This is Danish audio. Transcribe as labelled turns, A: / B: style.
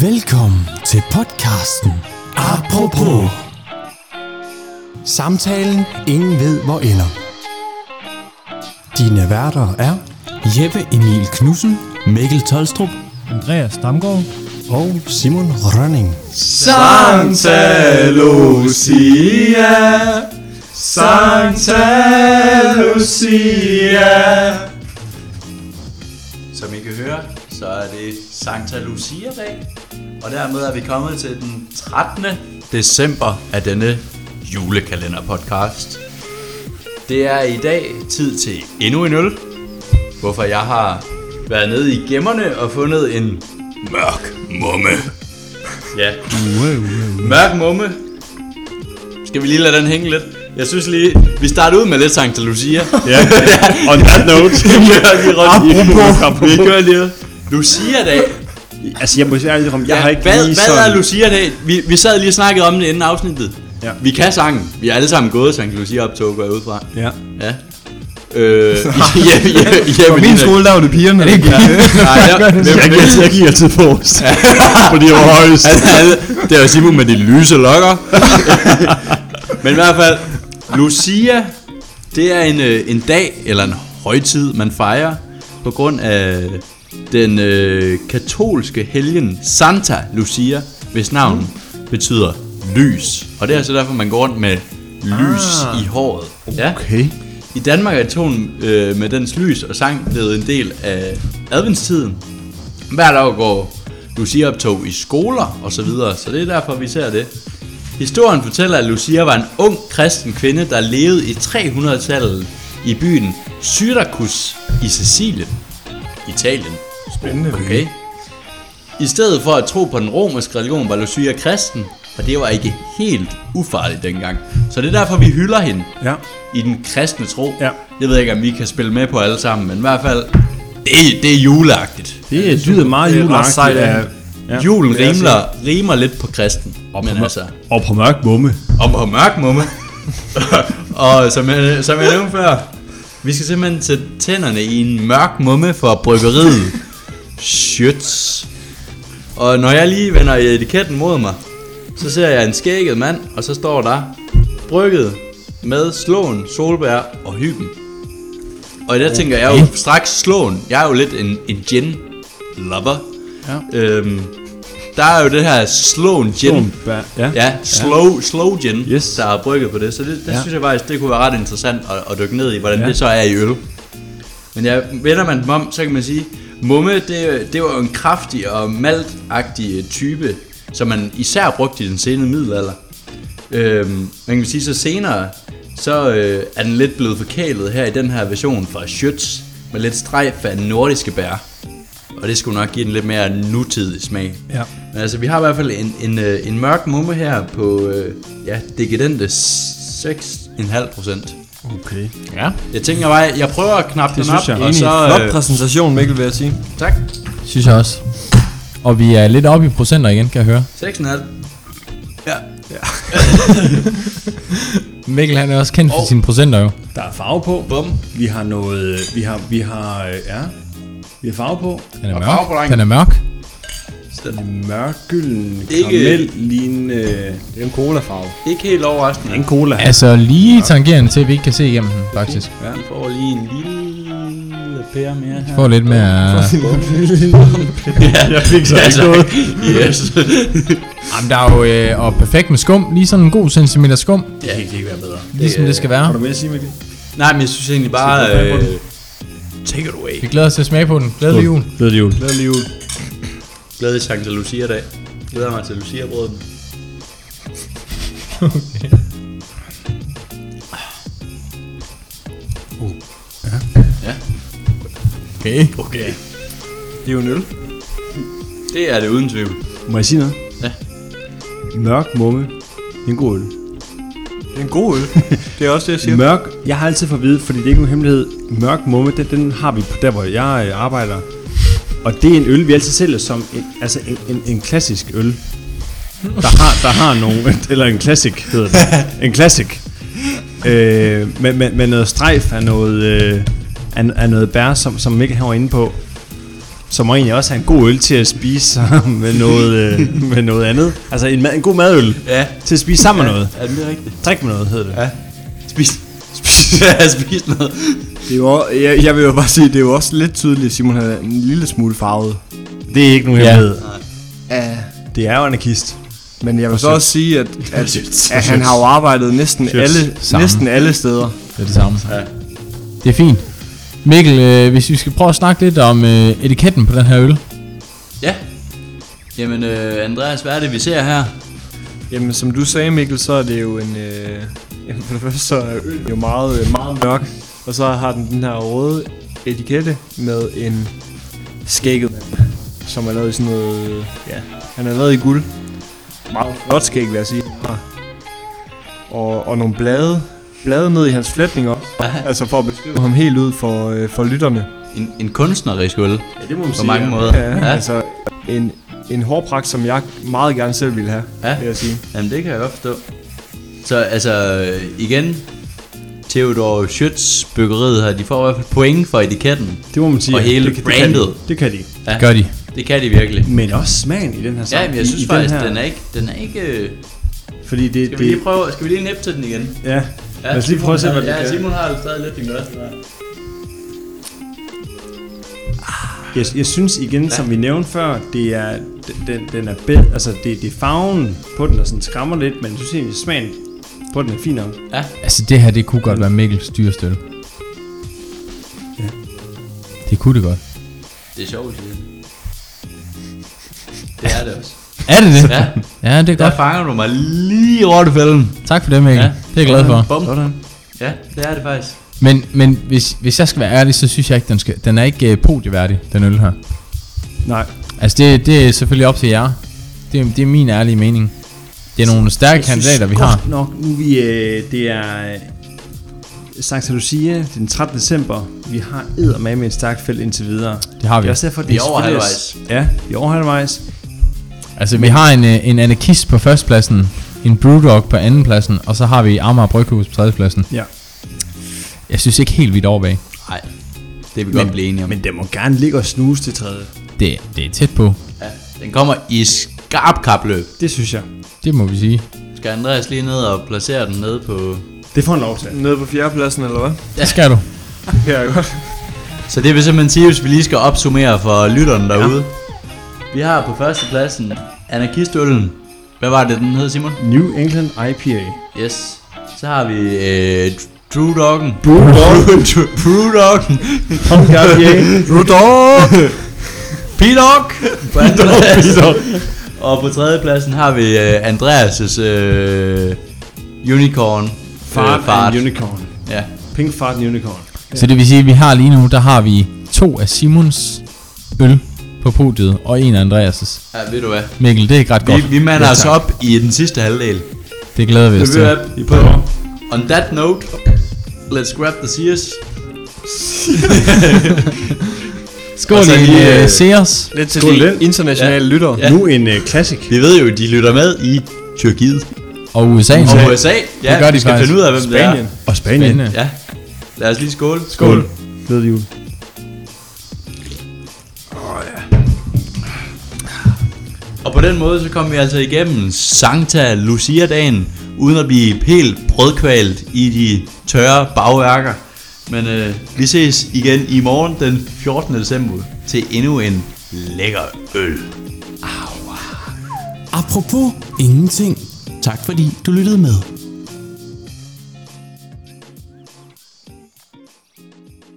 A: Velkommen til podcasten Apropos. Samtalen, ingen ved hvor ender. Dine værter er Jeppe Emil Knudsen
B: Mikkel Tolstrup.
C: Andreas Damgaard.
A: og Simon Rønning.
D: Santa Lucia, Santa Lucia. Som I kan høre, så er det Santa Lucia-dag, og dermed er vi kommet til den 13. december af denne julekalenderpodcast. Det er i dag tid til endnu en øl, hvorfor jeg har været nede i gemmerne og fundet en mørk mumme. Ja, Mørk mumme. Skal vi lige lade den hænge lidt? Jeg synes lige, vi starter ud med lidt Santa Lucia.
B: Ja, on that note.
D: Vi kører lige rundt. Vi kører lige Lucia-dag.
B: altså, jeg må sige ærligt om, jeg har ikke
D: hvad,
B: lige
D: hvad
B: sådan...
D: er Lucia-dag? Vi, vi sad lige og snakkede om det inden afsnittet.
B: Ja.
D: Vi kan sangen. Vi er alle sammen gået Santa Lucia-optog, går jeg ud fra.
B: Ja.
D: Ja. Øh, ja, ja, ja, ja,
C: På min skole, der var det pigerne, der gik.
D: Nej, ja, hvem,
B: Jeg,
D: hvem,
B: jeg, jeg gik altid forrest. fordi jeg var højst.
D: Han- han- Altså, det var Simon med de lyse lokker. Men i hvert fald, Lucia, det er en, øh, en dag eller en højtid, man fejrer på grund af den øh, katolske helgen Santa Lucia, hvis navn mm. betyder lys. Og det er altså derfor, man går rundt med lys ah, i håret. Ja.
B: Okay.
D: I Danmark er tonen øh, med dens lys og sang blevet en del af adventstiden. Hvert år går Lucia-optog i skoler og så videre, så det er derfor, vi ser det. Historien fortæller, at Lucia var en ung kristen kvinde, der levede i 300-tallet i byen Syrakus i Sicilien, Italien. Spændende. Okay. I stedet for at tro på den romerske religion, var Lucia kristen, og det var ikke helt ufarligt dengang. Så det er derfor, vi hylder hende
B: Ja.
D: i den kristne tro.
B: Ja.
D: Jeg ved ikke, om vi kan spille med på alle sammen, men i hvert fald, det, det er juleagtigt.
B: Det er lyder meget
C: Det er ret
B: juleagtigt.
C: sejt, ja.
B: af- Ja.
D: Ja, Julen rimler, rimer lidt på kristen, og men altså,
B: Og på mørk mumme.
D: og på mørk mumme. og som jeg, som jeg nævnte før, vi skal simpelthen sætte tænderne i en mørk mumme for bryggeriet. Schütz. Og når jeg lige vender etiketten mod mig, så ser jeg en skægget mand, og så står der brygget med slåen, solbær og hyben. Og der tænker jeg jo straks slåen. Jeg er jo lidt en, en gin lover. Ja. Øhm, der er jo det her slåen gin.
B: Boom. Ba- Ja.
D: Ja, slow, slow gin,
B: Yes.
D: yes. der har brygget på det. Så det,
B: Ja.
D: det ja. synes jeg faktisk, det kunne være ret interessant at, at dykke ned i, hvordan
B: Ja.
D: ja. det så er i øl. Men ja, vender man dem om, så kan man sige, mumme, det, det var jo en kraftig og maltagtig type, som man især brugte i den senere middelalder. Øhm, man kan sige så senere, så øh, er den lidt blevet forkælet her i den her version fra Schütz, med lidt strejf af nordiske bær. Og det skulle nok give den lidt mere nutidig smag.
B: Ja.
D: Men altså, vi har i hvert fald en, en, øh, en mørk mumme her på, øh, ja, dekadente 6,5 procent.
B: Okay.
D: Ja. Jeg tænker bare, jeg prøver at knappe den
B: synes
D: op,
B: jeg.
D: og
B: Enig.
D: så... øh,
E: Flot præsentation, Mikkel, vil jeg sige.
D: tak.
C: Synes jeg også. Og vi er lidt oppe i procenter igen, kan jeg høre.
D: 6,5. Ja.
C: Mikkel han er også kendt for sine procenter jo.
B: Der er farve på.
D: Bum.
B: Vi har noget... øh, Vi har... Vi har... øh, Ja. Vi har farve på.
C: Den er
D: Og
C: mørk.
D: farve på drengen.
C: Den er mørk.
B: Mørkgylden,
D: Ikke-
B: karamellignende... Det er en colafarve.
D: Ikke helt overraskende.
B: En cola.
C: Altså lige tangerende til, at vi ikke kan se igennem den, faktisk.
D: Vi får lige en lille pære mere her.
C: Får lidt mere...
D: Ja, jeg fik så ja, ikke noget. Yes.
C: Jamen, der er jo øh, og perfekt med skum. Lige sådan en god centimeter skum.
D: det kan ikke være bedre. øh,
C: Ligesom det skal være.
B: Har du med at sige, Mikkel?
D: Nej, men jeg synes egentlig bare... Øh, take it away.
C: Vi glæder os til at smage på den. Glædelig jul.
B: Glædelig jul.
D: Glædelig jul. Glædelig Santa Lucia dag. Glæder mig til Lucia brøden.
C: Okay.
D: Okay.
E: Det er jo en øl.
D: Det er det uden tvivl.
B: Må jeg sige noget?
D: Ja.
B: Mørk mumme. Det er en god øl.
E: Det er en god øl. det er også det, jeg siger.
B: Mørk, jeg har altid fået at vide, fordi det er ikke nogen hemmelighed, mørk mumme, den, den har vi på der, hvor jeg øh, arbejder. Og det er en øl, vi altid sælger som en, altså en, en, en klassisk øl. Der har, der har nogen, eller en classic hedder det. En classic. Øh, med, med, med noget strejf af noget, øh, af, af noget bær, som, som Mikkel her var inde på. som må egentlig også have en god øl til at spise sammen med noget, øh, med noget andet. Altså en, mad, en god madøl
D: Ja.
B: til at spise sammen med noget.
D: Er det rigtigt?
B: Drik med noget, hedder det.
D: Ja. Spis. Spis. ja, spis noget.
E: Det er jo, også- jeg, jeg vil jo bare sige, det er jo også lidt tydeligt, at Simon er en lille smule farvet.
B: Det er ikke nogen
C: Ja.
B: hemmelighed.
E: Ja.
B: Det er jo anarkist.
E: Men jeg vil så også sige, at, at,
D: Shit.
E: at han har jo arbejdet næsten alle,
C: Sammen.
E: næsten alle steder.
C: Det er det samme.
D: Ja.
C: Det er fint. Mikkel, øh, hvis vi skal prøve at snakke lidt om øh, etiketten på den her øl.
D: Ja. Jamen, øh, Andreas, hvad er det, vi ser her?
E: Jamen, som du sagde, Mikkel, så er det jo en... Øh, jamen, for det første, så er øllen jo meget, øh, meget mørk. Og så har den den her røde etikette med en skægget mand, som er lavet i sådan noget... øh, Ja, han er lavet i guld. Meget flot skæg, vil jeg sige. han har. Og, og nogle blade, blade ned i hans flætninger. Altså for at beskrive ham helt ud for, øh, for lytterne.
D: En, en kunstnerisk øl,
B: Ja, det må man
D: på mange måder.
E: Ja, ja. altså en, en hårpragt, som jeg meget gerne selv ville have,
D: Ja.
E: ja. vil jeg sige.
D: Jamen, det kan jeg godt forstå. Så altså, øh, igen, Theodor Schütz byggeriet her, de får i hvert fald point for etiketten.
B: Det må man sige.
D: Og hele
B: det, kan- det kan de.
D: brandet.
B: Det kan de.
D: Ja,
C: Gør de.
D: det kan de virkelig.
B: Men også smagen i den her sang.
D: Ja, men jeg
B: I-
D: synes
B: i
D: faktisk,
B: her,
D: den er ikke... Den er ikke øh,
B: Fordi det, det,
D: skal vi lige prøve... Skal vi lige næppe til den igen?
B: Ja. Lad os lige prøve at se, hvad
D: det Ja,
B: det
D: Simon har stadig lidt den glas. der.
B: Jeg, jeg synes igen, som vi nævnte før, det er, den- den, den er bed, altså det, det er farven på den, der sådan skræmmer lidt, men jeg synes egentlig, smagen på den er fin nok.
D: Ja,
C: Altså det her, det kunne godt være Mikkels dyreste øl.
B: Ja.
C: Det kunne det godt.
D: det er sjovt. Det, det er det også.
C: Er det det?
D: Ja,
C: ja det er
D: der
C: godt.
D: fanger du mig lige i rottefælden.
C: Tak for det, Mikkel. Ja. Det er jeg glad for.
D: Bum. Ja, det er det faktisk.
C: Men, men hvis, hvis jeg skal være ærlig, så synes jeg ikke, den, skal, den er ikke uh, podieværdig, den øl her.
B: Nej,
C: Altså det, det er selvfølgelig op til jer. Det, er- det er min ærlige mening. Det er nogle stærke kandidater, vi har.
B: godt nok, nu vi, øh, det er øh, Santa Lucia, det er den 13. december, vi har eddermame med et stærkt felt indtil videre.
C: Det har vi.
B: Det er også derfor, det
D: Vi er over
B: selvfølgelig
D: halvvejs.
B: Ja, vi er over halvvejs.
C: Altså vi har en, øh, en anarkist på førstepladsen, en brewdog på andenpladsen, og så har vi Amager Bryghus på tredjepladsen.
B: Ja.
C: Jeg synes ikke helt, vi er over bag.
D: Nej, det vil vi godt blive enige om.
B: Men den må gerne ligge og snuse til tredje.
C: Det, det er tæt på.
D: Ja, den kommer i skarp kapløb.
B: Det synes jeg.
C: Det må vi sige.
D: Skal Andreas lige ned og placere den nede på...
B: Det får en lov til.
E: Nede på fjerdepladsen, eller hvad?
C: Det skal du.
E: Ja, godt.
D: Så det vil simpelthen sige, hvis vi lige skal opsummere for lytterne derude. Vi har på førstepladsen anarkistøllen. Hvad var det, den hed, Simon?
B: New England IPA.
D: Yes. Så har vi øh, True Doggen.
B: Brewdog.
D: True Doggen.
B: Brewdog.
D: P-Dog. På andenpladsen. Og på tredjepladsen har vi øh, Andreas' øh, Unicorn.
B: Fart,
D: Øh,
B: fart. And unicorn.
D: Ja.
B: Pink Fart and Unicorn.
C: Så det vil sige, at vi har lige nu, der har vi to af Simons øl på podiet, og en af Andreas'.
D: ja, ved du hvad?
C: Mikkel, det er ikke ret godt.
D: Vi, vi mander
C: Ja,
D: os
C: tak.
D: op i den sidste halvdel.
C: Det glæder vi os
D: Det
C: til.
D: vil jeg i på. On that note, let's grab the Sears.
C: Skål
D: Og så
C: i en
D: lige,
C: øh,
D: øh,
C: Sears.
E: Lidt til
B: Skål
E: de
B: lidt.
E: internationale ja. lyttere.
D: Ja.
E: Ja.
B: Nu en uh, classic.
D: Vi ved jo, de lytter med i Tyrkiet
C: Og USA.
D: og USA. Ja,
C: Det gør de
D: vi skal
C: faktisk.
D: finde ud af, hvem
B: Spanien.
D: det
B: Og Spanien.
D: er. Ja. Lad os lige skåle.
B: Skål. Glædelig jul.
D: Og på den måde, så kom vi altså igennem Santa Lucia-dagen, uden at blive helt brødkvalt i de tørre bagværker. Men øh, vi ses igen i morgen den 14. december til endnu en lækker øl.
A: Apropos ingenting. Tak fordi du lyttede med.